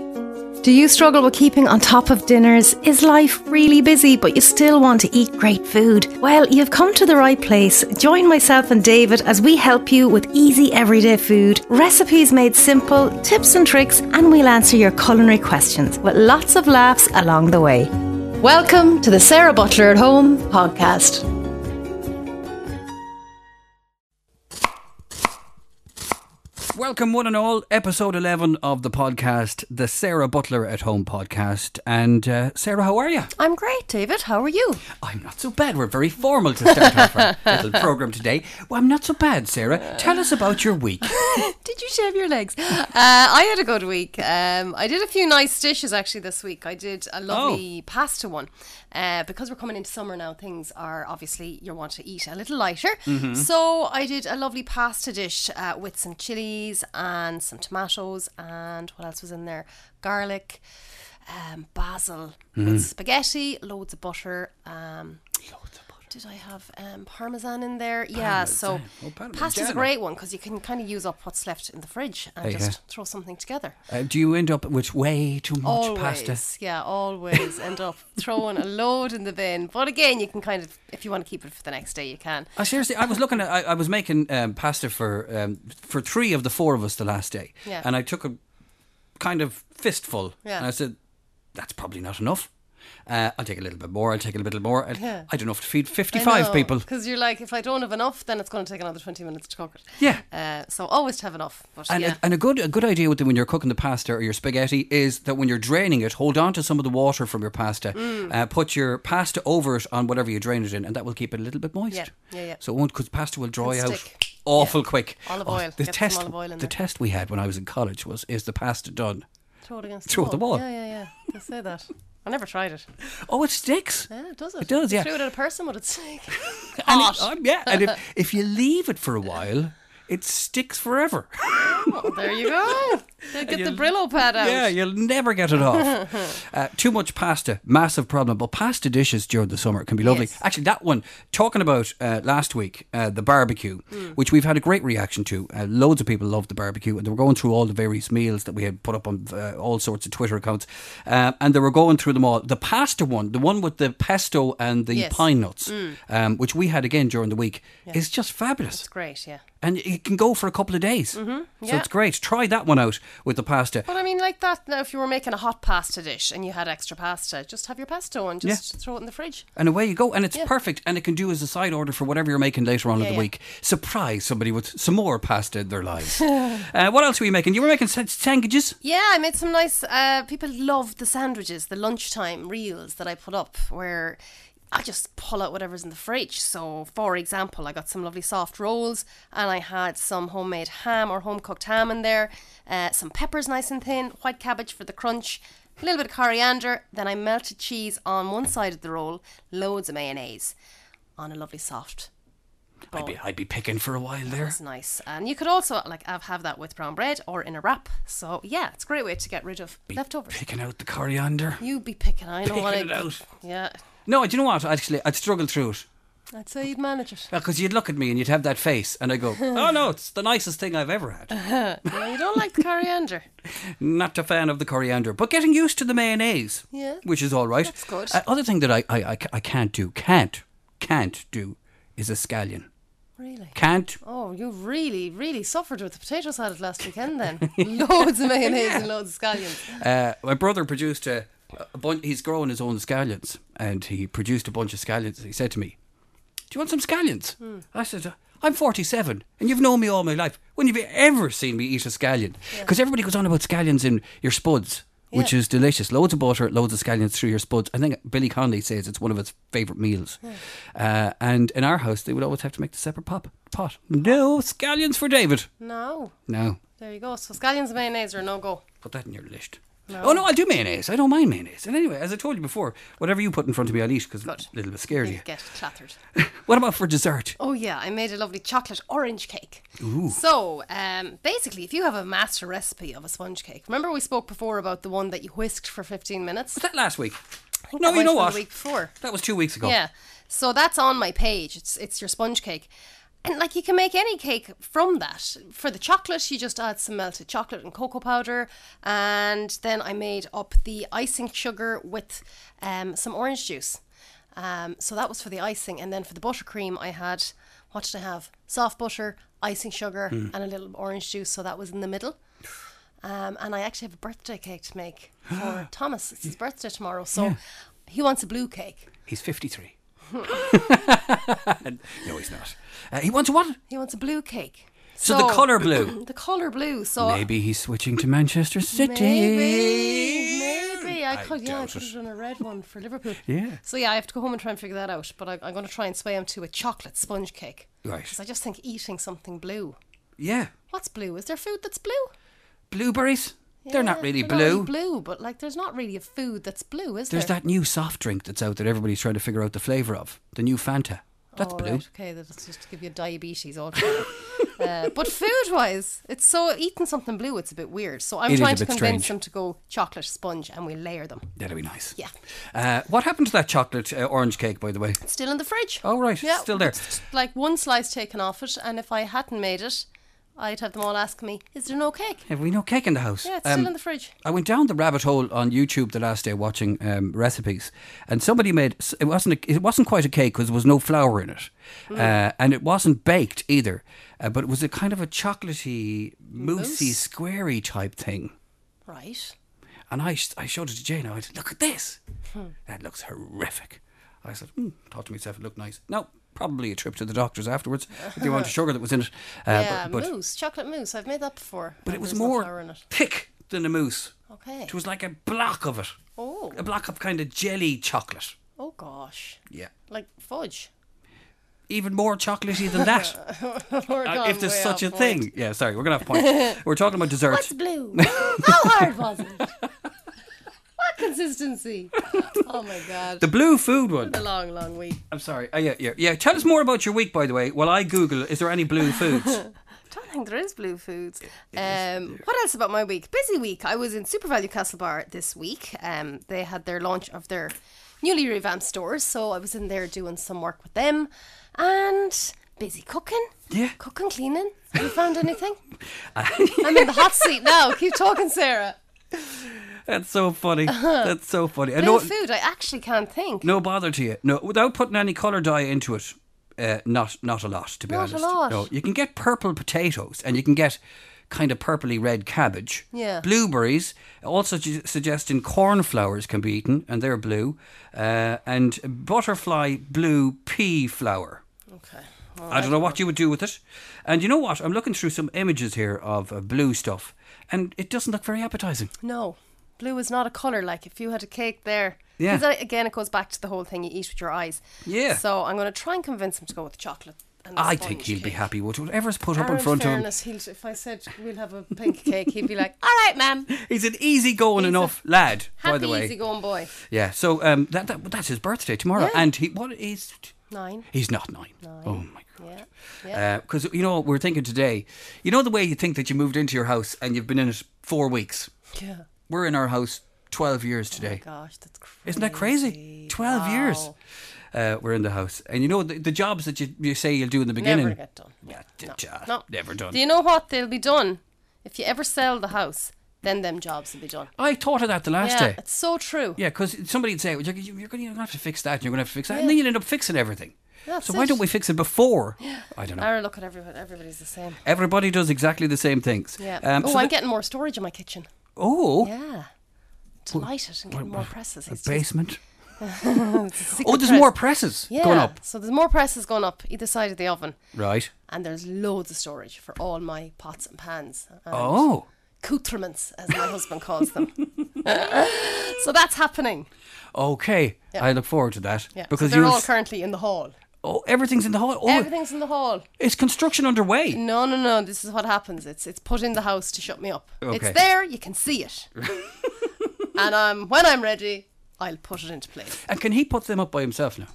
Do you struggle with keeping on top of dinners? Is life really busy, but you still want to eat great food? Well, you've come to the right place. Join myself and David as we help you with easy everyday food, recipes made simple, tips and tricks, and we'll answer your culinary questions with lots of laughs along the way. Welcome to the Sarah Butler at Home podcast. Welcome, one and all, episode 11 of the podcast, the Sarah Butler at Home podcast. And uh, Sarah, how are you? I'm great, David. How are you? I'm not so bad. We're very formal to start off our little programme today. Well, I'm not so bad, Sarah. Tell us about your week. Did you shave your legs? Uh, I had a good week. Um, I did a few nice dishes actually this week. I did Oh. a lovely pasta one. Uh, because we're coming into summer now, things are obviously you want to eat a little lighter. Mm-hmm. So I did a lovely pasta dish uh, with some chilies and some tomatoes and what else was in there? Garlic, um, basil, Mm. with spaghetti, loads of butter. Um, did I have um, parmesan in there? Yeah, so Oh, parmesan. pasta's a great one because you can kind of use up what's left in the fridge and yeah. just throw something together. Uh, do you end up with way too much Always, pasta? yeah, always end up throwing a load in the bin. But again, you can kind of, if you want to keep it for the next day, you can. Uh, seriously, I was looking at, I, I was making um, pasta for um, for three of the four of us the last day. Yeah. And I took a kind of fistful. Yeah. And I said, that's probably not enough. Uh, I'll take a little bit more. I'll take a little bit more. I'll- Yeah. I don't know if to feed 55 people. Because you're like, if I don't have enough, then it's going to take another 20 minutes to cook it. Yeah. Uh, so always to have enough. But And, uh, yeah. a, and a good a good idea with the, when you're cooking the pasta or your spaghetti is that when you're draining it, hold on to some of the water from your pasta. Mm. Uh, put your pasta over it on whatever you drain it in, and that will keep it a little bit moist. Yeah, yeah, yeah. So it won't because pasta will dry And out stick. awful quick. Olive Oh, oil. The Get some test olive oil in the there. test we had when I was in college was is the pasta done? throw it against throw the the wall. wall. Yeah, yeah, yeah. They say that. I never tried it. Oh, it sticks. Yeah, it does it? It does, You yeah. Threw it at a person, would it stick? And Hot. it- um, yeah, and if, if you leave it for a while, it sticks forever. Well, there you go. They'll get the you- Brillo pad out. Yeah, you'll never get it off. uh, too much pasta, massive problem. But pasta dishes during the summer can be lovely. Yes. Actually, that one, talking about uh, last week, uh, the barbecue, Mm. which we've had a great reaction to. Uh, loads of people loved the barbecue, and they were going through all the various meals that we had put up on uh, all sorts of Twitter accounts. Uh, and they were going through them all. The pasta one, the one with the pesto and the Yes. Mm. pine nuts, um, which we had again during the week, is just fabulous It's great, yeah. and it can go for a couple of days. Mm-hmm. So yeah. it's great. Try that one out with the pasta. But I mean, like that. Now, if you were making a hot pasta dish and you had extra pasta, just have your pesto and just throw it in the fridge. And away you go, and it's Yeah. perfect, and it can do as a side order for whatever you're making later on Yeah, in the yeah. week. Surprise somebody with some more pasta in their lives. uh, what else were you making? You were making sa- sandwiches. Yeah, I made some nice. Uh, people love the sandwiches, the lunchtime reels that I put up, where I just pull out whatever's in the fridge. So, for example, I got some lovely soft rolls, and I had some homemade ham or home cooked ham in there, uh, some peppers nice and thin, white cabbage for the crunch. A little bit of coriander, then I melted cheese on one side of the roll, loads of mayonnaise on a lovely soft Oh. I'd be, I'd be picking for a while there. It's nice, and you could also like have, have that with brown bread or in a wrap. So yeah, it's a great way to get rid of leftovers. Picking out the coriander. You be picking. I know what I. Picking it out. Yeah, No, do you know what? Actually, I'd struggle through it. I'd say you'd manage it. Because you'd look at me and you'd have that face, and I go, "Oh no, it's the nicest thing I've ever had." No, you don't like the coriander. Not a fan of the coriander, but getting used to the mayonnaise, Yeah. which is all right. That's good. Uh, other thing that I, I, I, ca- I can't do, can't, can't do, is a scallion. Really? Can't Oh, you really, really suffered with the potato salad last weekend then. loads of mayonnaise and loads of scallions. Uh, my brother produced a, a bunch. He's growing his own scallions, and he produced a bunch of scallions. He said to me, "Do you want some scallions?" I said. "Uh, I'm 47 and you've known me all my life. When have you ever seen me eat a scallion? Because everybody goes on about scallions in your spuds, which Yeah. is delicious. Loads of butter, loads of scallions through your spuds. I think Billy Conley says it's one of his favourite meals. Uh, and in our house, they would always have to make the separate pop, pot. No scallions for David. No, No. there you go. So scallions and mayonnaise are no go. Put that in your list. Oh no, I do mayonnaise. I don't mind mayonnaise. And anyway, as I told you before, whatever you put in front of me, I'll eat because I'm Good. a little bit scared of You you. get clattered. What about for dessert? Oh yeah, I made a lovely chocolate orange cake. So um, basically, if you have a master recipe of a sponge cake, remember we spoke before about the one that you whisked for 15 minutes? Was that last week? think No, that you might know have been what? The week before. That was two weeks ago. Yeah. So that's on my page. It's it's your sponge cake. And like you can make any cake from that. For the chocolate, you just add some melted chocolate and cocoa powder, and then I made up the icing sugar with um, some orange juice. Um, so that was for the icing, and then for the buttercream, I had what did I have? Soft butter, icing sugar, and a little orange juice. So that was in the middle. Um, and I actually have a birthday cake to make for Thomas. It's his birthday tomorrow, so he wants a blue cake. He's 53. no, he's not. Uh, he wants what? He wants a blue cake. So, the colour blue. the color blue. So Maybe he's switching to Manchester City. Maybe, maybe I I could. yeah, I doubt could it. have done a red one for Liverpool. Yeah. So yeah, I have to go home and try and figure that out. But I, I'm going to try and sway him to a chocolate sponge cake. Right. Because I just think eating something blue. Yeah. What's blue? Is there food that's blue? Blueberries? they're not Yeah, really they're blue. blue, but like, there's not really a food that's blue, is There's there? that new soft drink that's out that everybody's trying to figure out the flavour of. The new Fanta. That's Oh, blue. right, okay, that's just to give you diabetes all together. Uh, but food-wise, it's so eating something blue. It's a bit weird. So I'm It is a trying to bit convince strange. him to go chocolate sponge, and we layer them. That'd be nice. Yeah. Uh, what happened to that chocolate uh, orange cake, by the way? Still in the fridge. Oh, right, still there. it's just Like one slice taken off it, and if I hadn't made it, I'd have them all asking me, "Is there no cake?" Have we no cake in the house? Yeah, it's Um, still in the fridge. I went down the rabbit hole on YouTube the last day watching um, recipes, and somebody made s- it wasn't a, it wasn't quite a cake because there was no flour in it, Mm. uh, and it wasn't baked either, uh, but it was a kind of a chocolatey, mousey, squarey type thing. Right. And I, sh- I showed it to Jane. I went, "Look at this! Hmm. That looks horrific." I said, mm, "Thought to myself, it looked nice." No, probably a trip to the doctor's afterwards with the amount of sugar that was in it. Uh, yeah, but, but, mousse, chocolate mousse. I've made that before. and but it was there's no more flour in it. thick than a mousse. Okay. It was like a block of it. Oh. A block of kind of jelly chocolate. Oh gosh. Yeah. Like fudge. Even more chocolatey than that, We're uh, gone if there's way such a off point. thing. Yeah, sorry, we're gonna have points. we're talking about dessert. What's blue? How hard was it? what consistency? Oh my god. the blue food one. a long, long week. I'm sorry. Uh, yeah, yeah, yeah. Tell us more about your week, by the way. While I Google, is there any blue foods? don't think there is blue foods. Um, what else about my week? Busy week. I was in Super Value Castlebar this week. Um, they had their launch of their newly revamped stores, so I was in there doing some work with them, and busy cooking. Yeah. cooking, cleaning. Have you found anything? I'm in the hot seat now. Keep talking, Sarah. That's so funny. Uh-huh. That's so funny. And Blue no, food. I actually can't think. no bother to you. No, without putting any colour dye into it. Uh, not not a lot, to be Not a honest. lot. No, you can get purple potatoes, and you can get kind of purpley red cabbage. Yeah. Blueberries. Also ju- suggesting cornflowers can be eaten, and they're blue. Uh, and butterfly blue pea flower. Okay. I don't know what you would do with it. And you know what? I'm looking through some images here of uh, blue stuff, and it doesn't look very appetizing. No, blue is not a color. Like if you had a cake there, Yeah. 'Cause I- again, it goes back to the whole thing you eat with your eyes. Yeah. So I'm going to try and convince him to go with chocolate. And the I think sponge he'll be cake. happy with whatever's put up Or in front of him. fairness, he'll, if I said we'll have a pink cake, he'd be like, "All right, ma'am." He's an easygoing enough lad, by Happy, the way. easygoing boy. Yeah. So um, that, that that's his birthday tomorrow, Yeah. and he what is Nine. he's not nine. Oh my Yeah. Yeah. god. Because you know we're thinking today. You know the way you think that you moved into your house and you've been in it four weeks. yeah. We're in our house twelve years today. Gosh, that's Oh crazy. Isn't that crazy? Twelve years. Wow. Uh, we're in the house, and you know the, the jobs that you, you say you'll do in the beginning. Never get done. Yeah, d- ja- No. never done. Do you know what? They'll be done if you ever sell the house. Then them jobs will be done. I thought of that the last yeah, day. it's so true. Yeah, because somebody'd say well, you're, you're going to have to fix that, and you're going to have to fix that, and then you'd end up fixing everything. That's so why it. don't we fix it before? I don't know. I look at everyone. Everybody's the same. Everybody does exactly the same things. Yeah. Um, oh, so I'm the- getting more storage in my kitchen. oh, Yeah. Delighted and getting more presses. It's just- basement. it's a secret Oh, there's press. more presses yeah. going up. So there's more presses going up either side of the oven. Right. and there's loads of storage for all my pots and pans and Oh. accoutrements, as my husband calls them. so that's happening. Okay. I look forward to that. Yeah, Because so they're you'll all s- currently in the hall. oh, everything's in the hall. Oh, Everything's in the hall. it's construction underway. No, no, no. This is what happens. It's it's put in the house to shut me up. Okay. It's there. You can see it. and um, when I'm ready, I'll put it into place. And can he put them up by himself now?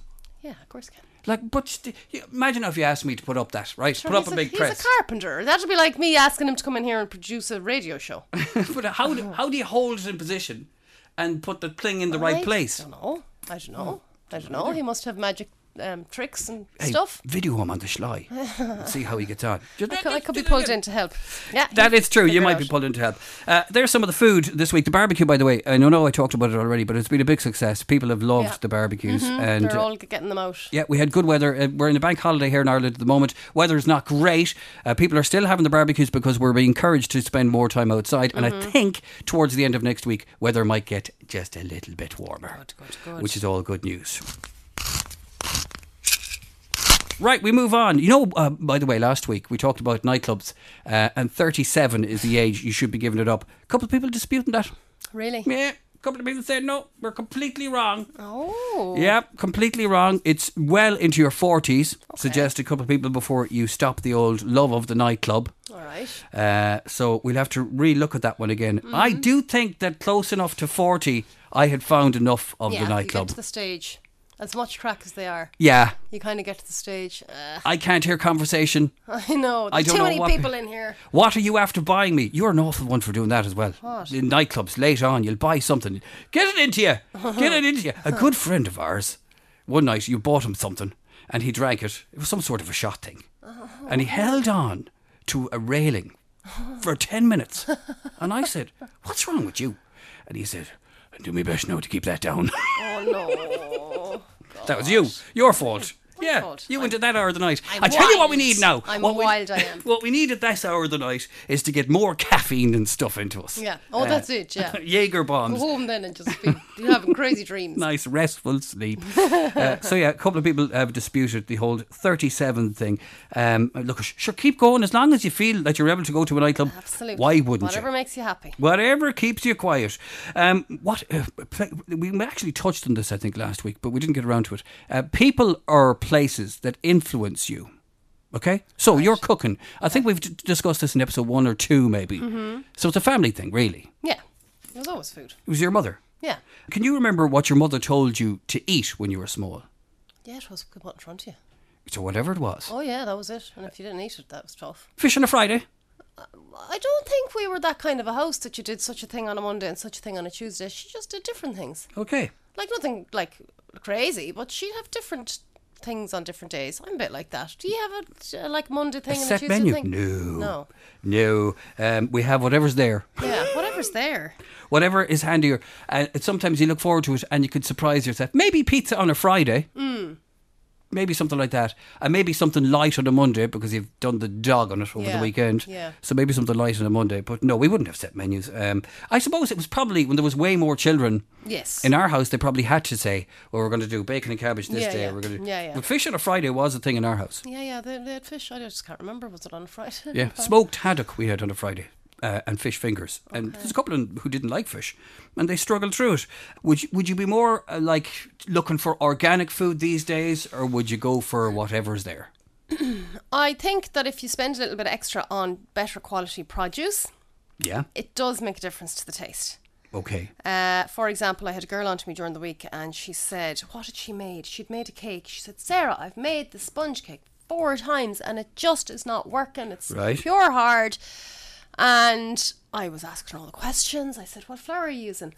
Yeah, of course I can. Like, but st- you- imagine if you asked me to put up that, right? Sure, put up he's a big he's press. a carpenter. That'd be like me asking him to come in here and produce a radio show. but how Oh. do, how do you hold it in position and put the thing in the I right place? Oh. don't know. I don't know. I don't know. He must have magic um, tricks and stuff. Video him on the sly. and see how he gets on. I could, I could be pulled in to help. Yeah, That you is true. You figure it might be out. pulled in to help. Uh, there's some of the food this week. The barbecue, by the way, I don't know I talked about it already, but it's been a big success. People have loved Yeah. Mm-hmm. the barbecues, and They're uh, all getting them out. yeah, we had good weather. Uh, we're in a bank holiday here in Ireland at the moment. Weather's not great. Uh, people are still having the barbecues because we're being encouraged to spend more time outside. And Mm-hmm. I think towards the end of next week, weather might get just a little bit warmer, Good, good, good. which is all good news. Right, we move on. You know, uh, by the way, last week we talked about nightclubs, uh, and 37 is the age you should be giving it up. A couple of people disputing that. Really? Yeah, a couple of people saying, no, we're completely wrong. Oh. Yeah, completely wrong. It's well into your 40s. Suggest a couple of people before you stop the old love of the nightclub. All right. Uh, so we'll have to relook at that one again. I Mm-hmm. do think that close enough to 40, I had found enough of yeah, the You nightclub. get to the stage. As much crack as they are, yeah, you kind of get to the stage. Uh, I can't hear conversation. I know. I There's don't too know many what- people in here. What are you after buying me? You're an awful one for doing that as well. In nightclubs, late on, you'll buy something. Get it into you. Get it into you. A good friend of ours, one night, you bought him something and he drank it. It was some sort of a shot thing. And he held on to a railing for 10 minutes. And I said, What's wrong with you? And he said, I do my best now to keep that down. Oh no. that was you. Your fault. Yeah, fault. you I'm- went at that hour of the night. I'm I tell you what we wild. need now. I'm what we- wild, I am. What we need at this hour of the night is to get more caffeine and stuff into us. Yeah. Oh, that's Uh, it, yeah. Oh. Jaeger bombs. Go home then and just be having crazy dreams. Nice restful sleep. uh, so yeah, a couple of people have disputed the whole 37 thing. Um, look, sh- sure, keep going as long as you feel that you're able to go to a nightclub. Absolutely. Why wouldn't you? Whatever makes you happy. Whatever keeps you quiet. Um, what uh, pla- we actually touched on this, I think, last week, but we didn't get around to it. Uh, people or places that influence you. Okay, so you're cooking. I think we've d- discussed this in episode one or two, maybe. Mm-hmm. So it's a family thing, really. Yeah. There's always food. It was your mother. Yeah. Can you remember what your mother told you to eat when you were small? Yeah, it was good in front of you. So whatever it was, Oh yeah, that was it. And if you didn't eat it, that was tough. fish on a Friday. I don't think we were that kind of a house that you did such a thing on a Monday and such a thing on a Tuesday. She just did different things. Okay. Like nothing like crazy, but she'd have different things on different days. I'm a bit like that. Do you have a uh, like Monday thing and a Set Tuesday menu. thing? No. No. No. Um, we have whatever's there. Yeah, whatever's there. whatever is handier. And it's sometimes you look forward to it and you could surprise yourself. Maybe pizza on a Friday. Hmm. Maybe something like that. And maybe something light on a Monday because you've done the dog on it over the Yeah, weekend. yeah. So maybe something light on a Monday. But no, we wouldn't have set menus. Um, I suppose it was probably when there was way more children. Yes. In our house, they probably had to say, well, we're going to do bacon and cabbage this Yeah, day. yeah. We're going to... Yeah, yeah. But fish on a Friday was a thing in our house. yeah, yeah, they, they had fish. I just can't remember. Was it on Friday? Yeah, smoked haddock we had on a Friday. Uh, and fish fingers, and there's a couple of them who didn't like fish, and they struggled through it. Would you, would you be more uh, like looking for organic food these days, or would you go for whatever's there? I think that if you spend a little bit extra on better quality produce, Yeah. it does make a difference to the taste. Okay. Uh, for example, I had a girl on to me during the week and she said, What had she made? She'd made a cake. She said, Sarah, I've made the sponge cake four times and it just is not working. It's Right. pure hard. And I was asking all the questions. I said, What flour are you using?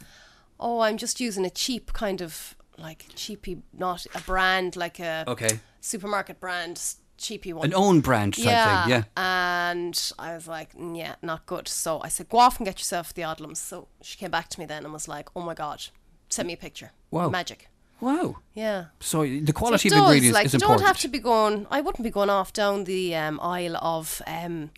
Oh, I'm just using a cheap kind of like cheapy, not a brand, like a Okay. supermarket brand, s- cheapy one. An own brand type thing. Yeah. And I was like, "Mm, yeah, not good. So I said, go off and get yourself the oddlums. So she came back to me then and was like, oh my God, send me a picture. Wow. Magic. Wow. Yeah. So the So quality it of does, ingredients like, is you important. don't have to be going, I wouldn't be going off down the um, aisle of um,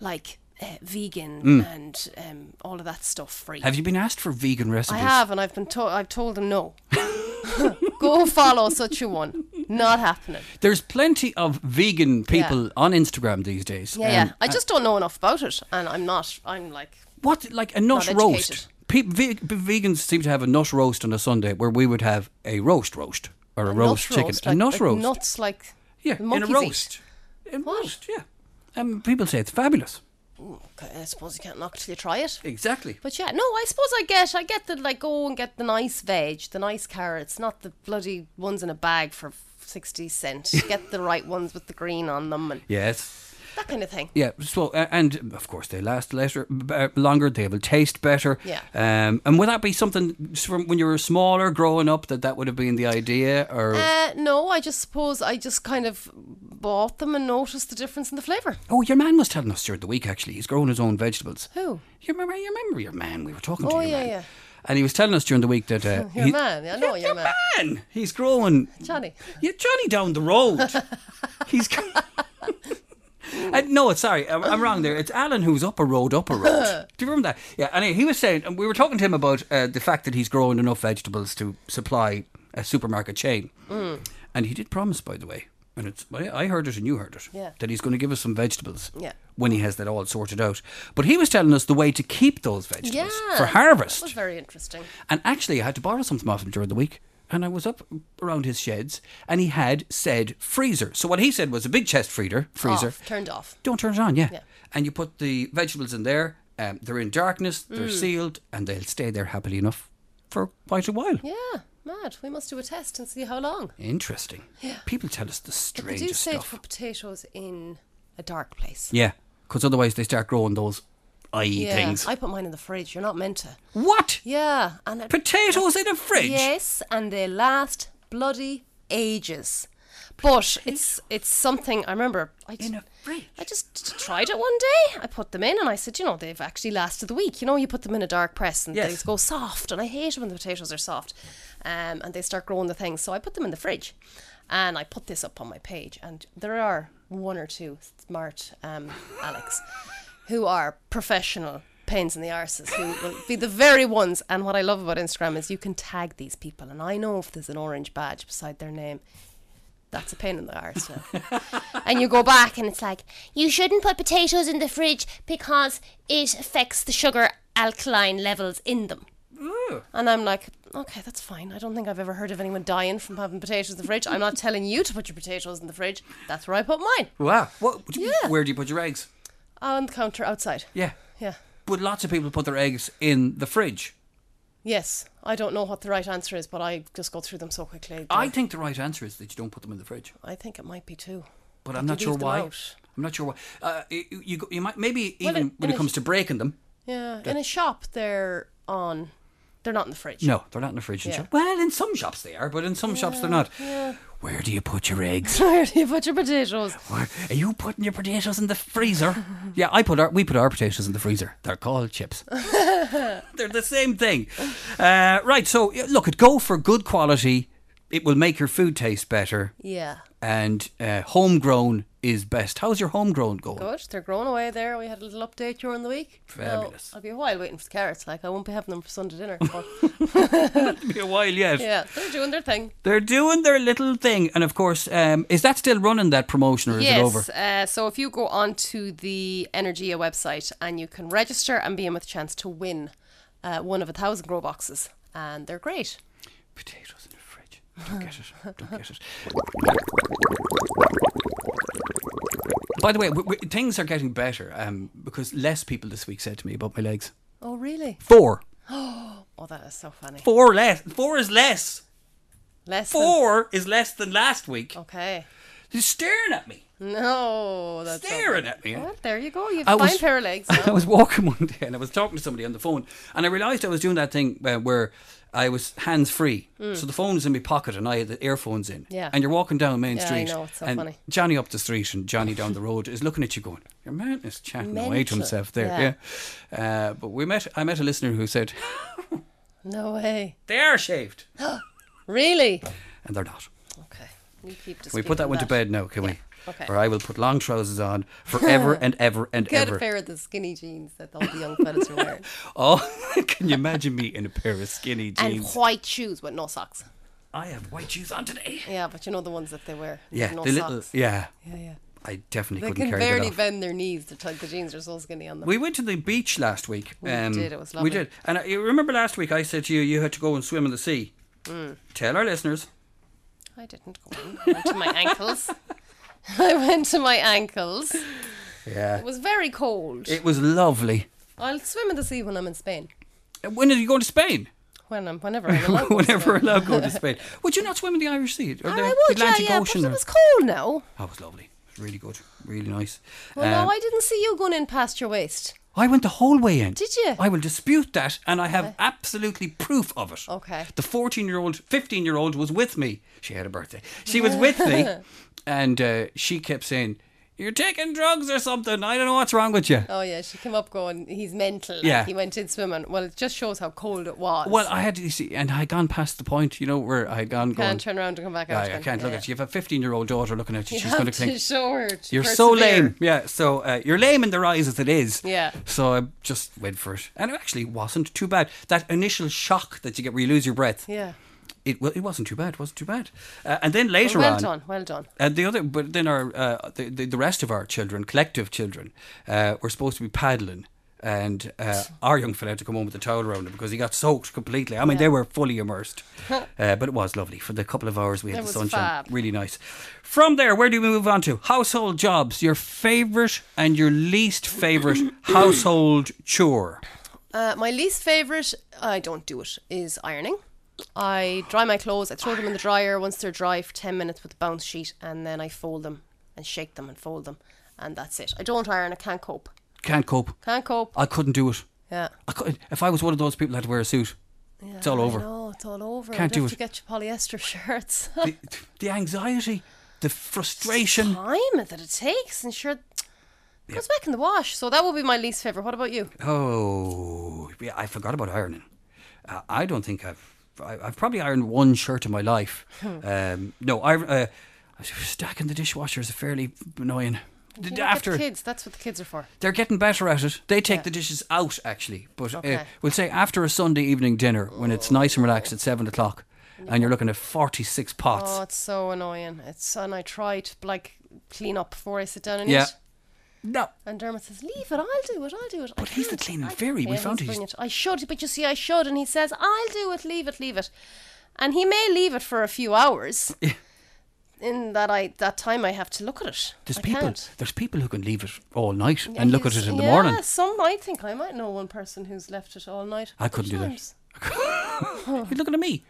like uh, vegan and um, all of that stuff free. Mm. Have you been asked for vegan I recipes? have, and I've been told, I've told them no. go follow such a one. Not happening. There's plenty of vegan people on Instagram these days. Yeah, Um, yeah. I just don't know enough about it, and I'm not, I'm like, What like a nut Not roast? educated. Pe- ve- vegans seem to have a nut roast on a Sunday, where we would have a roast roast or a, roast, nut chicken, roast, a like- nut like roast. Nuts like yeah, the in a monkeys eat. roast. In roast, yeah. Um, people say it's fabulous. Okay, I suppose you can't knock till you try it. Exactly. But yeah, no, I suppose I get, I get the like go and get the nice veg, the nice carrots, not the bloody ones in a bag for sixty cent. get the right ones with the green on them, and Yes. that kind of thing. Yeah, so uh, and of course they last later, uh, longer. They will taste better. Yeah. Um, and would that be something from when you were smaller, growing up, that that would have been the idea, or Uh, no, I just suppose I just kind of bought them and noticed the difference in the flavour. oh, your man was telling us during the week actually he's growing his own vegetables. Who? You remember? You remember your man? We were talking to Oh, your yeah, man. yeah. And he was telling us during the week that uh, Your he- man. I know your man. man, he's growing Johnny. Yeah, Johnny down the road. He's. co- I, no, sorry, I'm, I'm wrong there. It's Alan who's up a road, up a road. Do you remember that? Yeah, and he was saying, and we were talking to him about uh, the fact that he's growing enough vegetables to supply a supermarket chain. Mm. And he did promise, by the way, and it's I I heard it and you heard it, Yeah. that he's going to give us some vegetables Yeah. when he has that all sorted out. But he was telling us the way to keep those vegetables Yeah. for That was harvest. very interesting. And actually, I had to borrow something off him during the week. And I was up around his sheds, and he had said freezer. So what he said was a big chest freezer. Freezer. Off, turned off. Don't turn it on, yeah. Yeah. And you put the vegetables in there. Um, they're in darkness. They're Mm. sealed, and they'll stay there happily enough for quite a while. Yeah, mad. We must do a test and see how long. Interesting. People tell us the But they do strangest say to stuff. put potatoes in a dark place. Yeah, because otherwise they start growing those eye things. I put mine in the fridge. You're not meant to. what? Yeah, and it, Potatoes in a fridge? yes, and they last bloody ages. But it's it's something I remember. I In j- a fridge? I just t- tried it one day. I put them in and I said, you know, they've actually lasted the week. You know, you put them in a dark press and Yes. they go soft. And I hate it when the potatoes are soft um, and they start growing the things. So I put them in the fridge and I put this up on my page. And there are one or two smart um, Alex who are professional pains in the arses who will be the very ones. And what I love about Instagram is you can tag these people. And I know if there's an orange badge beside their name, that's a pain in the arse. now. and you go back and it's like, You shouldn't put potatoes in the fridge because it affects the sugar alkaline levels in them. and I'm like, okay, that's fine. I don't think I've ever heard of anyone dying from having potatoes in the fridge. I'm not telling you to put your potatoes in the fridge. That's where I put mine. Wow. What, do you- Yeah. Where do you put your eggs? On the counter outside. Yeah. Yeah. But lots of people put their eggs in the fridge. Yes. I don't know what the right answer is, but I just go through them so quickly. I think the right answer is that you don't put them in the fridge, I think it might be too. but I'm you not sure leave them why. out? I'm not sure why. Uh, you, you, go- you might maybe Well, even in- in when it a- comes to breaking them. Yeah. In a shop, they're on. They're not in the fridge. No, they're not in the fridge. in Yeah. shop. Well, in some shops they are, but in some shops they're not. Where do you put your eggs? Where do you put your potatoes? Where, are you putting your potatoes in the freezer? yeah, I put our we put our potatoes in the freezer. They're called chips. they're the same thing. Uh, right. So yeah, look, it go for good quality. It will make your food taste better. Yeah. and uh, homegrown is best. How's your homegrown going? Good. They're growing away there. We had a little update during the week. Now, Fabulous. I'll be a while waiting for the carrots. Like, I won't be having them for Sunday dinner. But Be a while yet. yeah, they're doing their thing. They're doing their little thing, and of course, um, is that still running that promotion or is yes, it over? Uh, so if you go onto the Energia website and you can register and be in with a chance to win uh, one of a thousand grow boxes, and they're great. Potatoes in the fridge. Don't get it. Don't get it. By the way, w w things are getting better um, because less people this week said to me about my legs. Oh really? Four, Oh, that is so funny. four less. Four is less. Less than- Four is less than last week. Okay. They're staring at me. No, that's so Staring funny. at me. Well, there you go. You have I a fine was- pair of legs. I was walking one day and I was talking to somebody on the phone and I realised I was doing that thing uh, where I was hands free. So the phone was in my pocket and I had the earphones in. Mm. Yeah. And you're walking down Main Yeah, I Street. know, it's so and funny. Johnny up the street and Johnny down the road is looking at you going, Your man is chatting away to Mental. himself there. Yeah. Yeah. Uh, but we met I met a listener who said, no way. They are shaved Really? and they're not. Okay. We keep. Can we put that one to bed now, can we? okay. Or I will put long trousers on forever and ever and Get ever. a pair of the skinny jeans that all the young fellas are wearing, Oh, can you imagine me in a pair of skinny and jeans? white shoes with no socks. I have white shoes on today. Yeah, but you know the ones that they wear. with Yeah, no the little. socks. Yeah, Yeah, yeah. I definitely They couldn't can carry barely that off. bend their knees. The, t- the jeans are so skinny on them. We went to the beach last week. We did, it was We lovely. did, and I, you remember last week I said to you, you had to go and swim in the sea. Mm. Tell our listeners. I didn't go in. I went to my ankles. I went to my ankles. It Yeah, was very cold. it was lovely. I'll swim in the sea when I'm in Spain. And When are you going to Spain? When I'm, whenever I'm allowed. to Whenever swim. allowed going to Spain, would you not swim in the Irish Sea or Ah, the I would, Atlantic yeah, yeah, Ocean? But or- it was cold now. That was lovely. It's really good, really nice. Well, Um, no, I didn't see you going in past your waist. I went the whole way in. Did you? I will dispute that, and I have absolutely proof of it. Okay. The 14 year old, 15 year old was with me. She had a birthday. She was with me, and uh, she kept saying, You're taking drugs or something. I don't know what's wrong with you. Oh yeah, she came up going, he's mental. like, Yeah. he went in swimming. Well, it just shows how cold it was. Well, I had to see, and I had gone past the point, you know, where I had gone can't going. turn around and come back out. I, I again. can't look Yeah. at you. You have a 15 year old daughter looking at you. You She's have going to to think, show her. to You're so persevere. lame. Yeah. So uh, you're lame in their eyes as it is. Yeah. So I just went for it, and it actually wasn't too bad. That initial shock that you get where you lose your breath. Yeah. It well, it wasn't too bad. Wasn't too bad. Uh, and then later well on. done. Well done. And the other, but then our uh, the, the the rest of our children, collective children, uh, were supposed to be paddling, and uh, our young fella had to come home with a towel around him because he got soaked completely. I mean, they were fully immersed, uh, but it was lovely for the couple of hours we had That the was sunshine. fab. Really nice. From there, where do we move on to household jobs? Your favorite and your least favorite household chore. Uh, my least favourite, I don't do it, is ironing. I dry my clothes, I throw them in the dryer once they're dry for 10 minutes with a bounce sheet, and then I fold them and shake them and fold them, and that's it. I don't iron, I can't cope. Can't cope. Can't cope. I couldn't do it. Yeah. I couldn't. If I was one of those people that had to wear a suit, it's all over. No, it's all over. Can't I'd do have it. to get your polyester shirts. The, the anxiety, the frustration. Time that it takes, and sure, it goes back in the wash. So that would be my least favourite. What about you? Oh, yeah, I forgot about ironing. Uh, I don't think I've I, I've probably ironed one shirt in my life. Hmm. um, no, I uh, stacking the dishwasher is fairly annoying. You D- look at the After kids, that's what the kids are for. they're getting better at it, they take the dishes out actually. But uh, we'll say after a Sunday evening dinner when it's nice and relaxed at seven o'clock, and you're looking at forty six pots. Oh, it's so annoying. It's and I try to like clean up before I sit down and yeah, eat. no, And Dermot says, "Leave it. I'll do it. I'll do it." But he's the cleaning fairy, we found he's- it. I should, but you see, I should. And he says, "I'll do it. Leave it. Leave it." And he may leave it for a few hours. in that I that time, I have to look at it. there's I people Can't. there's people who can leave it all night and look at Yes, it in the yeah, morning. Some I think I might know one person who's left it all night. I couldn't do that. Sometimes. You're looking at me.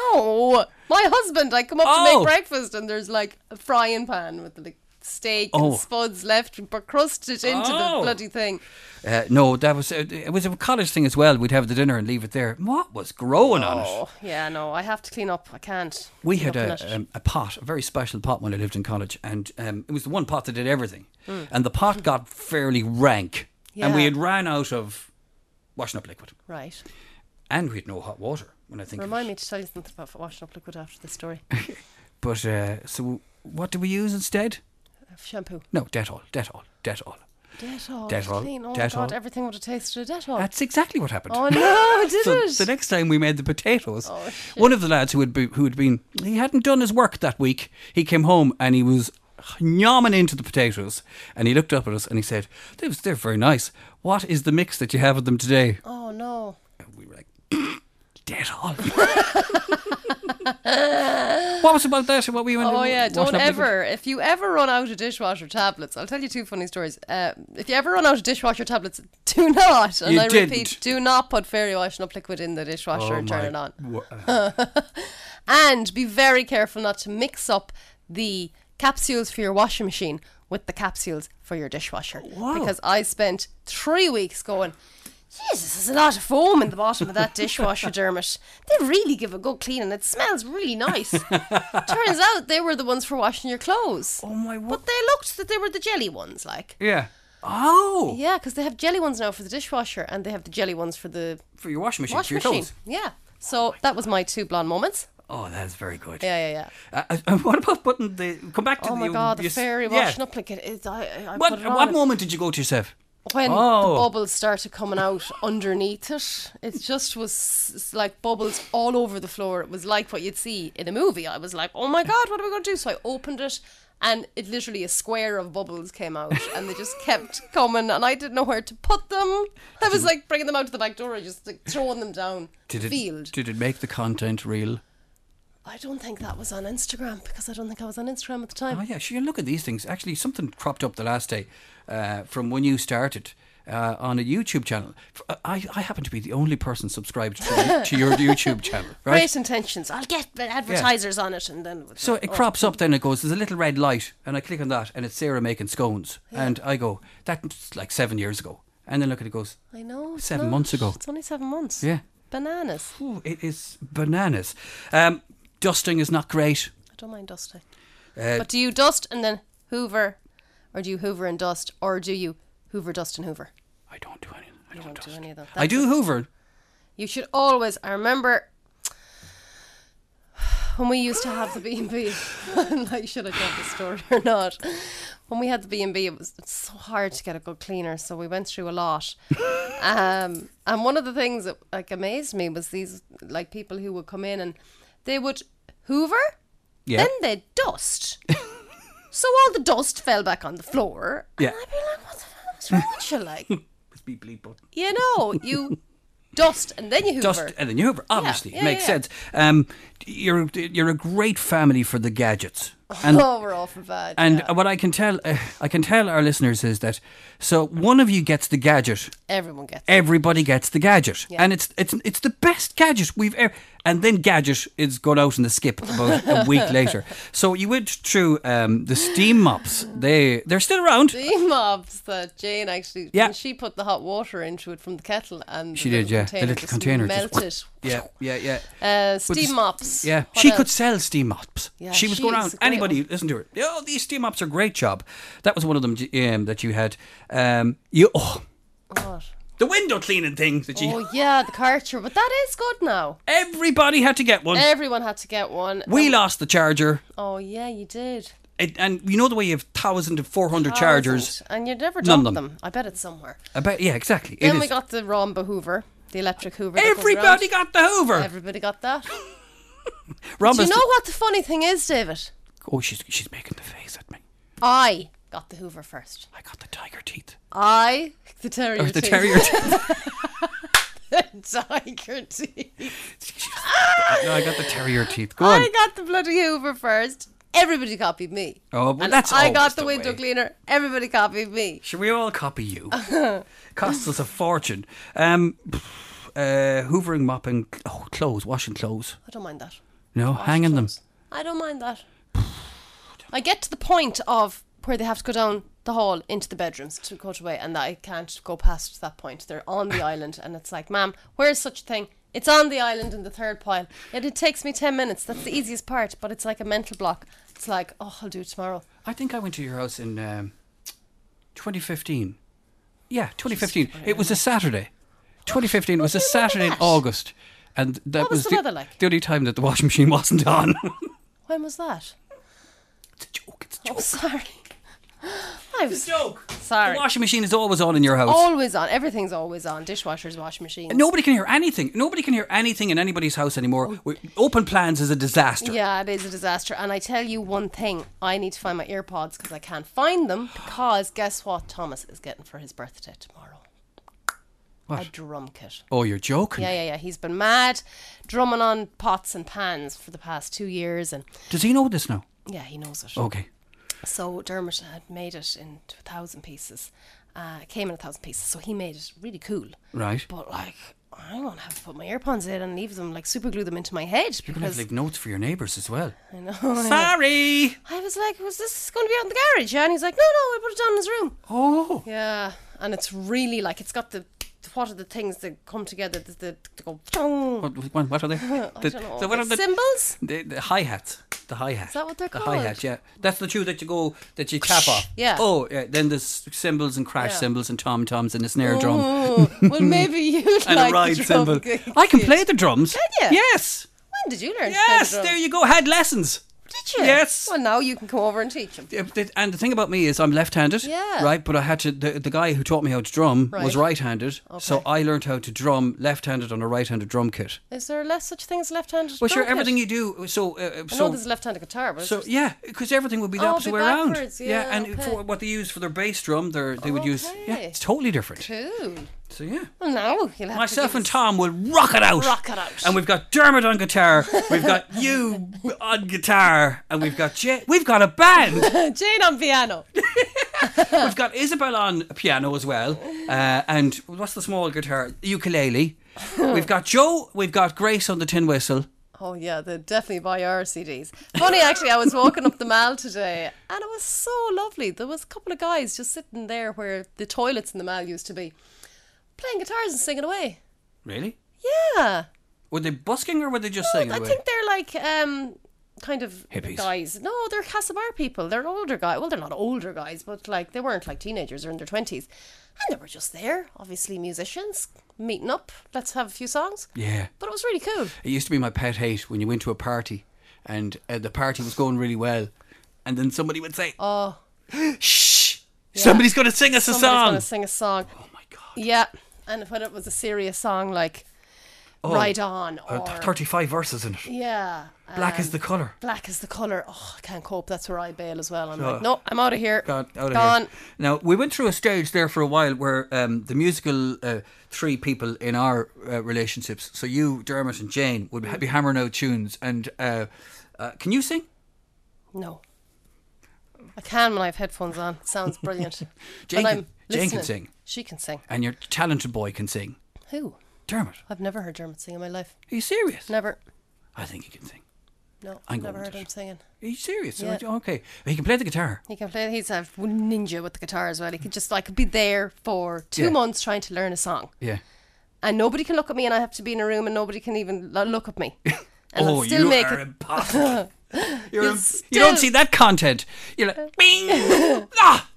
No, my husband. I come up to Oh. make breakfast, and there's like a frying pan with like steak Oh. and spuds left, but crusted into Oh. the bloody thing. Uh, no, that was uh, it was a college thing as well. We'd have the dinner and leave it there. What was growing on it? Oh, yeah, no, I have to clean up. I can't. We keep had looking at it. a, um, a pot, a very special pot when I lived in college, and um, it was the one pot that did everything. And the pot got fairly rank, and we Mm. Yeah. had ran out of washing up liquid, right. and we had no hot water. When I think, of Remind it. me to tell you something about washing up liquid after this story. But uh, so, what did we use instead? Shampoo. No, Dettol, Dettol, Oh. Dettol. Dettol. Dettol, Clean. Oh, Dettol. God, everything would have tasted of Dettol. That's exactly what happened. oh, no, did So it? Oh, the next time we made the potatoes, one of the lads who had be, who had been he hadn't done his work that week. He came home and he was yamming into the potatoes, and he looked up at us and he said, "They're, they're very nice. What is the mix that you have with them today?" oh, no. And we were like, "Dead on." what was about that? What we went? Oh yeah, washing up don't liquid? ever. If you ever run out of dishwasher tablets, I'll tell you two funny stories. Uh, if you ever run out of dishwasher tablets, do not, and You I didn't. repeat, do not put fairy washing up liquid in the dishwasher Oh, and turn my it on. wo- And be very careful not to mix up the capsules for your washing machine with the capsules for your dishwasher. Wow. Because I spent three weeks going, Jesus, there's a lot of foam in the bottom of that dishwasher, Dermot. They really give a good clean and it smells really nice. Turns out they were the ones for washing your clothes. Oh my wo- But they looked that they were the jelly ones, like. Yeah. Oh, Yeah, because they have jelly ones now for the dishwasher and they have the jelly ones for the for your Oh washing machine, for washing your machine. clothes. Yeah. So that was my two blonde moments. Oh, that's very good. Yeah, yeah, yeah. Uh, uh, what about putting the come back to Oh the my god, the you s- fairy yeah. washing up like it is. I, I I What put it at on what and moment did you go to yourself? when Oh. the bubbles started coming out underneath it, it just was s- like bubbles all over the floor. It was like what you'd see in a movie. I was like, oh my god, what are we going to do? So I opened it. And it literally a square of bubbles came out, and they just kept coming, and I didn't know where to put them. I was like bringing them out to the back door, I just like throwing them down Did it field. did it make the content real? I don't think that was on Instagram because I don't think I was on Instagram at the time. Oh yeah, sure. Look at these things. Actually, something cropped up the last day uh, from when you started. uh, on a YouTube channel. F- uh, I, I happen to be the only person subscribed to, to your YouTube channel, right? Great intentions. I'll get advertisers on it and then. So it crops up, then it goes, there's a little red light, and I click on that, and it's Sarah making scones. And I go, that's like seven years ago. And then look at it goes, I know. it's Seven not. months ago. It's only seven months. Yeah. Bananas. Ooh, it is bananas. Um, dusting is not great. I don't mind dusting. Uh, But do you dust and then hoover? Or do you hoover and dust? Or do you hoover, dust, and hoover? I don't do any. I don't, don't do dust. any of that. I do Hoover. You should always. I remember when we used to have the B and B. Like, should I tell the story or not? When we had the B and B, it was it's so hard to get a good cleaner, so we went through a lot. um, and one of the things that like amazed me was these like people who would come in and they would Hoover, Yeah. then they'd dust. so all the dust fell back on the floor. Yeah. And I'd be like, what the hell is wrong with you? Like, Beep, bleep, bleep. you know, you dust and then you Hoover. Dust and then Hoover, obviously, yeah, makes yeah. sense. Um, you're you're a great family for the gadgets, and oh, we're awful bad. and yeah. what I can tell uh, I can tell our listeners is that so one of you gets the gadget, everyone gets it. everybody gets the gadget, and it's it's it's the best gadget we've ever. And then gadget is gone out in the skip about a week later. So you went through um, the steam mops. They they're still around. The mobs that Jane actually, Yeah. when she put the hot water into it from the kettle, and She the did, yeah. container The little just container just- melted. Yeah, yeah, yeah. Uh, But steam s- mops. Yeah, What she could else? sell steam mops. Yeah, she was she going is around. a great Anybody, listen to her. Oh, these steam mops are great job. That was one of them um, that you had. Um, you oh, What? the window cleaning thing that you. Oh yeah, the carter, but that is good now. Everybody had to get one. Everyone had to get one. we Um, lost the charger, Oh yeah, you did. Oh, it, and you know the way you have thousand to four hundred chargers. Thousand. and you never None of dumped them. them. I bet it's somewhere. About yeah, exactly. it Then is. we got the Romba Hoover, the electric Hoover. that goes Everybody around. got the Hoover. Everybody got that. Do Rhombus- you know what the funny thing is, David? Oh, she's she's making the face at me. I got the Hoover first. I got the tiger teeth. I the terrier. Or Oh, the team. terrier teeth. tiger teeth. No, I got the terrier teeth. Go on. I got the bloody Hoover first. Everybody copied me. Oh, well, And that's I always got the, the window way. cleaner. Everybody copied me. Should we all copy you? Costs us a fortune. Um, pff, uh, hoovering, mopping, oh, clothes, washing clothes. I don't mind that. No, hanging them. I don't mind that. I get to the point of where they have to go down the hall into the bedrooms to cut away, and I can't go past that point. They're on the island, and it's like, ma'am, where's such a thing? It's on the island in the third pile. And it takes me 10 minutes. That's the easiest part, but it's like a mental block. It's like, oh, I'll do it tomorrow. I think I went to your house in um, 2015. Yeah, 2015. It was a Saturday. 2015 was a Saturday in August, and that What was the weather like? the only time that the washing machine wasn't on. When was that? it's a joke. It's a Oh, joke. sorry. I was joke. sorry. The washing machine is always on in your house. always on. Everything's always on. Dishwashers, washing machines. Nobody can hear anything. Nobody can hear anything in anybody's house Oh. anymore. We- Open plans is a disaster. Yeah, it is a disaster. And I tell you one thing, I need to find my earpods because I can't find them. Because guess what? Thomas is getting for his birthday tomorrow. A What? drum kit. Oh, you're joking. Yeah, yeah, yeah. He's been mad drumming on pots and pans for the past two years, and Does he know this now? yeah, he knows it. Okay. So Dermot had made it in a thousand pieces. Uh, it came in a thousand pieces, so he made it really cool. Right. But like, I want to have to put my earpods in and leave them, like super glue them into my head You're going to have because Oh, to leave notes for your neighbours as well. I know. Sorry! I was like, was this going to be out in the garage? Yeah? And he's like, no, no, I put it down in his room. Oh! Yeah, and it's really like it's got the, the what are the things that come together? The, the, the go. I What, what, what are they? The, don't know. so what are the the, symbols? the, the hi hats? The hi hat. Is that what they're The hi called? hat, yeah. That's the two that you go, that you tap off. Yeah. Oh, yeah. Then there's cymbals and crash Yeah. cymbals and tom toms and a snare drum Oh, well, maybe you'd and like a ride the drum cymbal. kit. I can play the drums. Can you? Yes! When did you learn? Yes! to play the There drum? you go. Had lessons. did you? Yes. Well, now you can come over and teach him. Yeah, but it- And the thing about me is I'm left-handed, Yeah. right? But I had to. The, the guy who taught me how to drum was Right. right-handed, so I learned how to drum left-handed on a right-handed drum kit. Is there less such thing as left-handed? Well, sure, drum kit? everything you do. So, uh, I so, know there's a left-handed guitar, but so it's yeah, because everything would be the Oh, opposite be way around. backwards, yeah, and okay. for what they use for their bass drum, they they would use. Yeah, Okay. it's totally different. cool. So yeah. Well, now you'll have Myself to and Tom will rock it out. Rock it out. And we've got Dermot on guitar. We've got you on guitar, and we've got Jay. We've got a band. and Jane on piano. We've got Isabel on piano as well, uh, and what's the small guitar? Ukulele. We've got Joe. We've got Grace on the tin whistle. Oh yeah, they definitely buy our CDs. Funny actually, I was walking up the mall today, and it was so lovely. There was a couple of guys just sitting there where the toilets in the mall used to be, playing guitars and singing away. Really? Yeah, Were they busking or were they just singing? I away? think they're like um kind of Hippies. guys. No, they're Casabar people. They're older guys. Well, they're not older guys, but like they weren't like teenagers or in their twenties, and they were just there, obviously musicians meeting up. Let's have a few songs. Yeah. But it was really cool. It used to be my pet hate when you went to a party and uh, the party was going really well, and then somebody would say, Oh, "Shh, somebody's going to sing us a somebody's song." gonna sing a song. Oh my god. Yeah, and when it was a serious song like Ride On Uh, or th- 35 verses in it. yeah, Black is um, the colour. black is the color. Oh, I can't cope. That's where I bail as well. I'm Oh. like, no, I'm out of here. God, out of Gone. here. Now, we went through a stage there for a while where um, the musical uh, three people in our uh, relationships, so you, Dermot, and Jane, would be Mm-hmm. hammering out tunes. And uh, uh, can you sing? No, I can when I have headphones on. Sounds brilliant. Jane But can- I'm Jane can listening. sing. She can sing. And your talented boy can sing. Who? Dermot, I've never heard Dermot sing in my life. are you serious? Never. I think he can sing. No, I'm never going heard with him it. singing. Are you serious? Yeah. Okay. He can play the guitar. He can play. He's a ninja with the guitar as well. He could just like be there for two Yeah. months trying to learn a song. Yeah. and nobody can look at me, and I have to be in a room, and nobody can even lo- look at me. And oh, I'll still you make it. are impossible. You're You'll im- You still- don't see that content. You're like, bing, ah,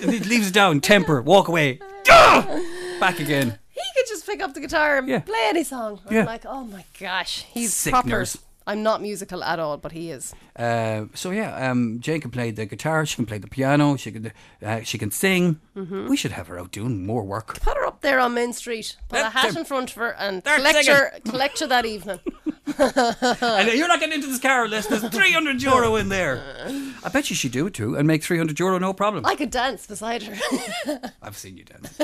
and it leaves it down, temper, walk away, ah! back again. He could just pick up the guitar and Yeah. play any song. I'm Yeah. like, oh my gosh, he's Sick proper. nurse. I'm not musical at all, but he is. Uh, so yeah, um, Jane can play the guitar. She can play the piano. She can uh, she can sing. We should have her out doing more work. Put her up there on Main Street. Put a Let hat them- in front of her and They're collect singing. her, collect her that evening. and you're not getting into this car unless there's 300 euro in there. I bet you she'd do it too and make 300 euro no problem. I could dance beside her. I've seen you dance.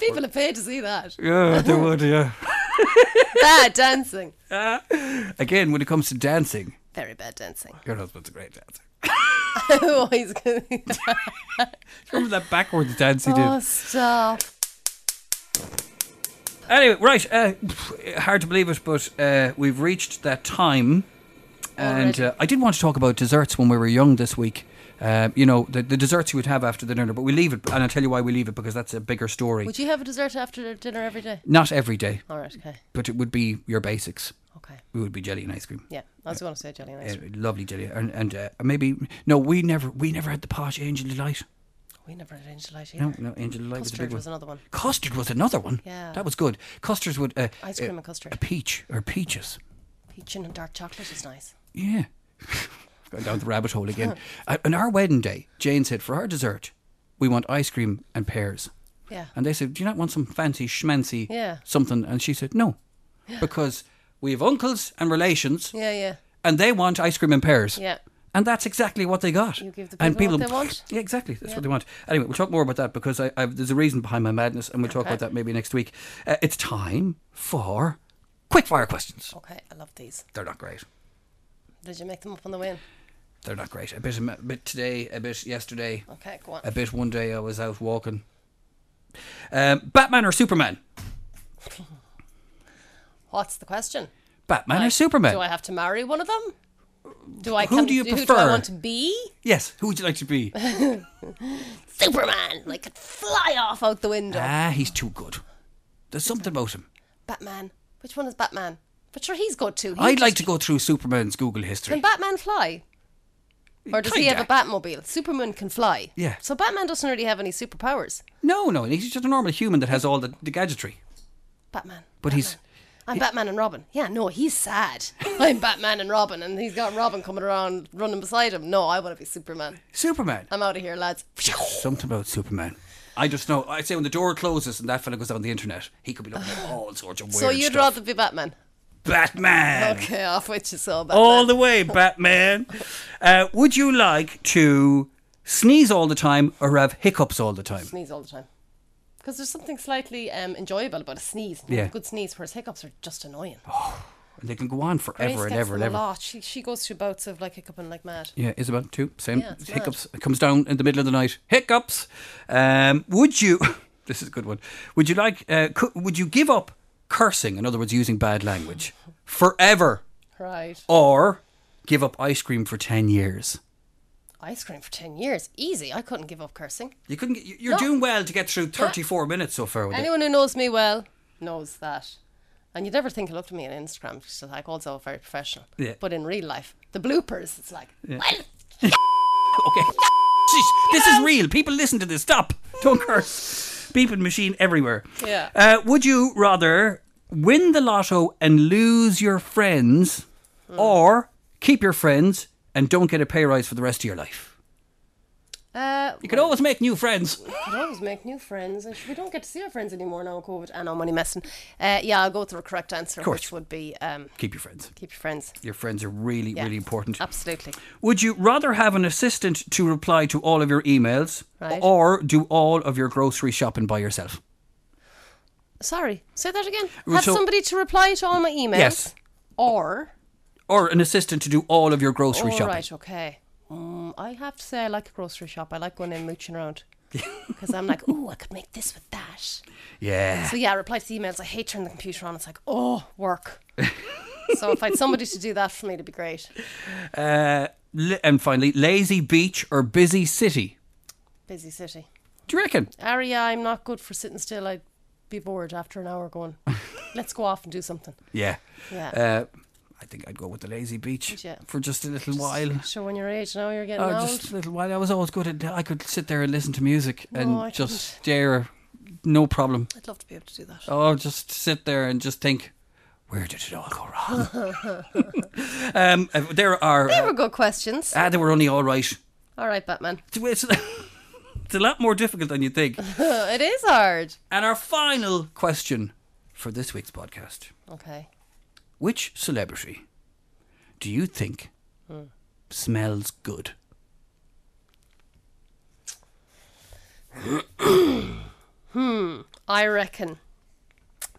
People have paid to see that. yeah, they would. Yeah. Bad dancing. Again, when it comes to dancing, Very bad dancing. your husband's a great dancer. oh, he's gonna. Remember that backwards dance he did? Oh, stop. Anyway, right. Uh, pff, hard to believe it, but uh, we've reached that time. And Already. uh, I did want to talk about desserts when we were young this week. Uh, you know, the, the desserts you would have after the dinner, but we leave it, and I'll tell you why we leave it because that's a bigger story. Would you have a dessert after dinner every day? Not every day, All right. Okay. but it would be your basics. Okay. It would be jelly and ice cream. Yeah, I was going to say jelly and ice Uh, cream. lovely jelly, and, and uh, maybe no, we never we never had the posh angel delight. We never had angel eyes either. No, no, angel delight was a Custard big was one. another one. Custard was another one. Yeah. that was good. Custards would uh, Ice uh, cream and custard. peach or peaches. Peach and dark chocolate is nice. Yeah. Going down the rabbit hole again. Uh, on our wedding day, Jane said, for our dessert, we want ice cream and pears. Yeah. And they said, do you not want some fancy schmancy Yeah. something? And she said, no, because we have uncles and relations Yeah, yeah. and they want ice cream and pears. Yeah. And that's exactly what they got. You give the and people what they want. Yeah, exactly. That's what they want. Anyway, we'll talk more about that because I, I've, there's a reason behind my madness, and we'll talk about that maybe next week. Uh, it's time for quickfire questions. Okay, I love these. They're not great. Did you make them up on the way in? they're not great. A bit, a bit today, a bit yesterday, Okay, go on. a bit one day I was out walking. Um, Batman or Superman? What's the question? Batman or Superman? Do I have to marry one of them? Do I Who can- do you Who do I prefer? want to be? yes. Who would you like to be? Superman! Like, could fly off out the window. ah, he's too good. There's something about him. Batman. Which one is Batman? But sure, he's good too. He I'd like just- to go through Superman's Google Can history. Batman fly? Or does he have a Kinda. Batmobile? Superman can fly. Yeah. So Batman doesn't really have any superpowers. No, no, he's just a normal human that has all the, the gadgetry. Batman. But he's I'm Batman and Robin. Yeah, no, he's sad. I'm Batman and Robin, and he's got Robin coming around running beside him. No, I want to be Superman. Superman. I'm out of here, lads. Something about Superman. I just know. I'd say when the door closes and that fella goes on the internet, he could be looking at all sorts of weird So you'd stuff. rather be Batman? Batman. Okay, off with you, so Batman. all the way, Batman. Uh, would you like to sneeze all the time or have hiccups all the time? sneeze all the time. Because there's something slightly um, enjoyable about a sneeze. Yeah. A good sneeze, whereas hiccups are just annoying. and they can go on forever Grace and gets ever and them ever. A lot. She, she goes through bouts of like hiccuping like mad. Yeah, Isabel too. Same Yeah, it's mad. hiccups. It comes down in the middle of the night. Hiccups. Um, would you? This is a good one. Would you like? Uh, cu- would you give up cursing? In other words, using bad language forever, Right. or give up ice cream for ten years? Ice cream for 10 years. Easy. I couldn't give up cursing. You couldn't. Get, you- you're doing well to get through thirty-four minutes so far with it. Anyone who knows me well knows that. And you'd never think it looked at me on Instagram because like also very professional. Yeah. But in real life, the bloopers, it's like, well, Okay. Sheesh, This is real. People listen to this. Stop. Don't curse. Beeping machine everywhere. Yeah. Uh, would you rather win the lotto and lose your friends or keep your friends and don't get a pay rise for the rest of your life? uh, You can always make new friends. we could always make new friends. And we don't get to see our friends anymore now, COVID and on money messing. Uh, yeah, I'll go with the correct answer, course. which would be um, Keep your friends. keep your friends. Your friends are really, Yeah. really important. Absolutely. Would you rather have an assistant to reply to all of your emails Right. or do all of your grocery shopping by yourself? Sorry, say that again. Well, Have so- somebody to reply to all my emails. Yes. Or. Or an assistant to do all of your grocery All shopping? right, okay. Mm, I have to say, I like a grocery shop. I like going in mooching around. Because I'm like, ooh, I could make this with that. Yeah. So yeah, I reply to the emails. I hate turning the computer on. It's like, oh, work. so if I had somebody to do that for me, it'd be great. Uh, li- and finally, lazy beach or busy city? Busy city. Do you reckon? Aria, I'm not good for sitting still. I'd be bored after an hour going, let's go off and do something. Yeah. Yeah. Uh, I think I'd go with the lazy beach Yeah. for just a little while. So when your age now, you're getting Oh, old. just a little while. I was always good at. I could sit there and listen to music and I just couldn't. stare, no problem. I'd love to be able to do that. Oh, just sit there and just think, where did it all go wrong? um, uh, there are. They were good questions. ah, they were only all right. All right, Batman. It's, it's a lot more difficult than you think. it is hard. And our final question for this week's podcast. Okay. Which celebrity do you think smells good? I reckon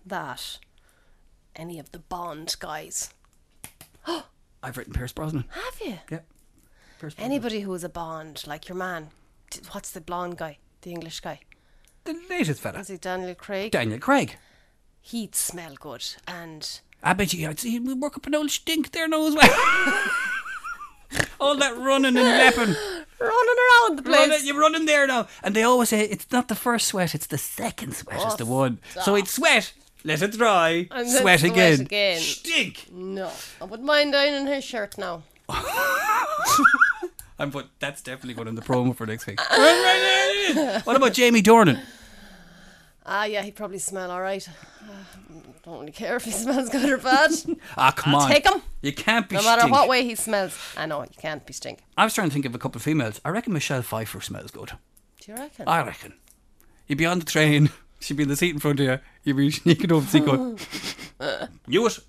that any of the Bond guys I've written Pierce Brosnan. have you? Yep. Pierce Brosnan. Anybody who was a Bond, like your man, t- what's the blonde guy, the English guy? The latest fella. Is it Daniel Craig? Daniel Craig. He'd smell good, and I bet you I'd see him work up an old stink there now as well. All that running and lapping. running around the place. Running, you're running there now. And they always say it's not the first sweat, it's the second sweat is the one. So it's sweat, let it dry, Oh, And then sweat, sweat again. again. Mm. Stink. No, I wouldn't mind down in his shirt now. I'm put, that's definitely going in the promo for next week. what about Jamie Dornan? Ah, yeah, he'd probably smell all right. Uh, don't really care if he smells good or bad. Ah, come on. take 'em. You can't be No matter stink. what way he smells, I know you can't be stink. I was trying to think of a couple of females. I reckon Michelle Pfeiffer smells good. Do you reckon? I reckon. You'd be on the train. She'd be in the seat in front of you. You'd be sneaking over the seat going, knew it.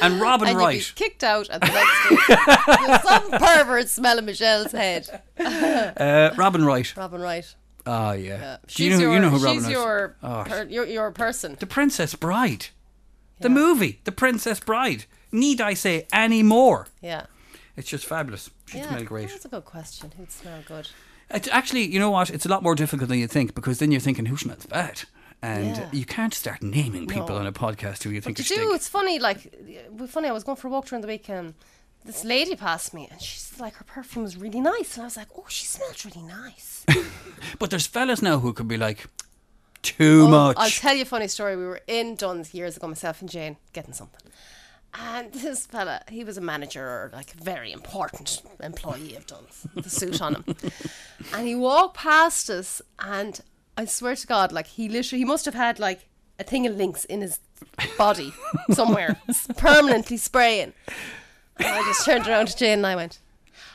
And Robin and Wright. you'd be kicked out at the next day. You're some pervert smelling Michelle's head. uh, Robin Wright. Robin Wright. Ah, yeah. Do She's you know, your, you know who she's Robin Wright is? your, Oh, per, your, your person. The Princess Bride. The movie, The Princess Bride. Need I say any more? Yeah. It's just fabulous. She yeah. smells great. That's a good question. Who'd smell good? It's actually, you know what? It's a lot more difficult than you think because then you're thinking who smells bad, and Yeah. you can't start naming people No. on a podcast who you think Did are you? stink. It's funny. Like, uh, funny. I was going for a walk during the weekend. This lady passed me, and she's like, her perfume was really nice, and I was like, oh, she smells really nice. But there's fellas now who could be like, too much. Oh, I'll tell you a funny story. We were in Dunn's years ago, myself and Jane, getting something. And this fella, he was a manager or like a very important employee of Dunn's, with a suit on him. and he walked past us, and I swear to God, like he literally, he must have had like a thing of links in his body somewhere, s- permanently spraying. And I just turned around to Jane and I went,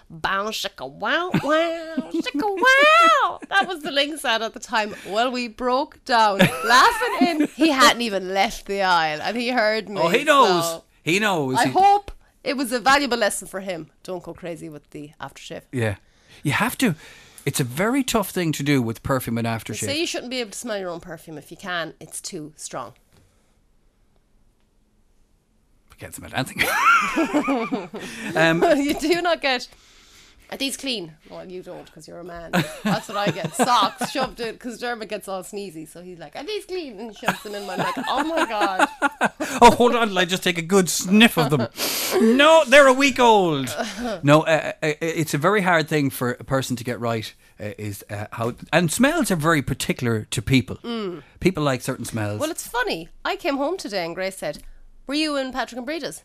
Bow shaka wow wow shaka wow. That was the Lynx ad at the time. Well, we broke down laughing in. He hadn't even left the aisle and he heard me. oh, he knows. so he knows. I He- hope it was a valuable lesson for him. Don't go crazy with the aftershave. yeah, you have to. It's a very tough thing to do with perfume and aftershave. Say you shouldn't be able to smell your own perfume if you can. It's too strong. gets them at dancing. um, you do not get. Are these clean? Well, you don't because you're a man. That's what I get. Socks shoved in because Dermot gets all sneezy. So he's like, Are these clean? And shoves them in my neck. Oh my God. oh, hold on, till I just take a good sniff of them. No, they're a week old. No, uh, uh, it's a very hard thing for a person to get right. Uh, is uh, how and smells are very particular to people. People like certain smells. Mm. Well, it's funny. I came home today and Grace said, Were you in Patrick and Breida's?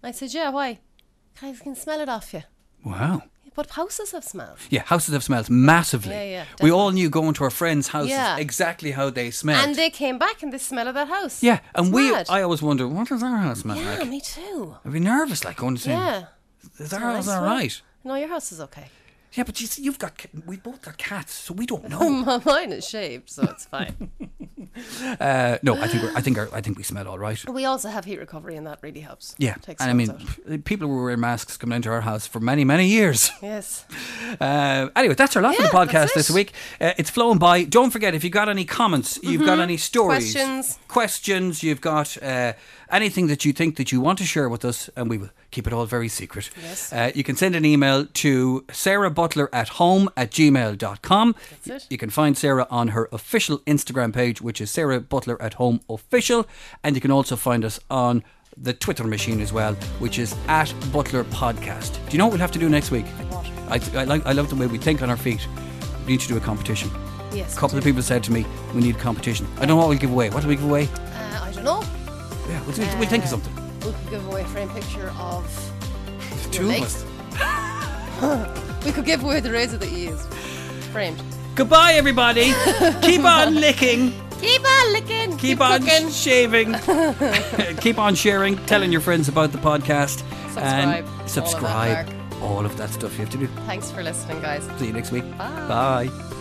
I said, Yeah, why? I can smell it off you. wow. But houses have smells. Yeah, houses have smells massively. Yeah, yeah, we all knew going to our friends' houses Yeah. exactly how they smelled. And they came back and the smell of that house. yeah, and It's we. mad. I always wonder what does our house smell yeah, like. me too. I'd be nervous, like going to say, Yeah. "Is our house nice all one. right?" No, your house is okay. Yeah, but you see, you've got ca- we both got cats, so we don't know. Mine is shaved, so it's fine. uh, no, I think we're, I think our, I think we smell all right. we also have heat recovery, and that really helps. Yeah, Takes and I those mean, out. p- people were wearing masks coming into our house for many, many years. yes. Uh, anyway, that's our lot for Yeah, the podcast that's this it. week. Uh, it's flown by. Don't forget, if you've got any comments, you've got any stories, Mm-hmm. Questions. questions, you've got uh, anything that you think that you want to share with us, and we will keep it all very secret. Yes. Uh, you can send an email to Sarah Butler at home at gmail.com. That's it. You can find Sarah on her official Instagram page, which is Sarah Butler at home official. And you can also find us on the Twitter machine as well, which is at Butler Podcast. Do you know what we'll have to do next week? I, I, like, I love the way we think on our feet. We need to do a competition. Yes. A couple of people said to me, we need a competition. I don't know what we'll give away. What do we give away? Uh, I don't know. Yeah, we'll, we'll think of Uh, something. We could give away a frame picture of. your Two of legs. us. We could give away the razor that you used. Framed. Goodbye, everybody. Keep on licking. Keep on licking. Keep, keep on cooking. shaving keep on sharing telling your friends about the podcast Subscribe. All of that subscribe all of that stuff you have to do Thanks for listening, guys. see you next week Bye. bye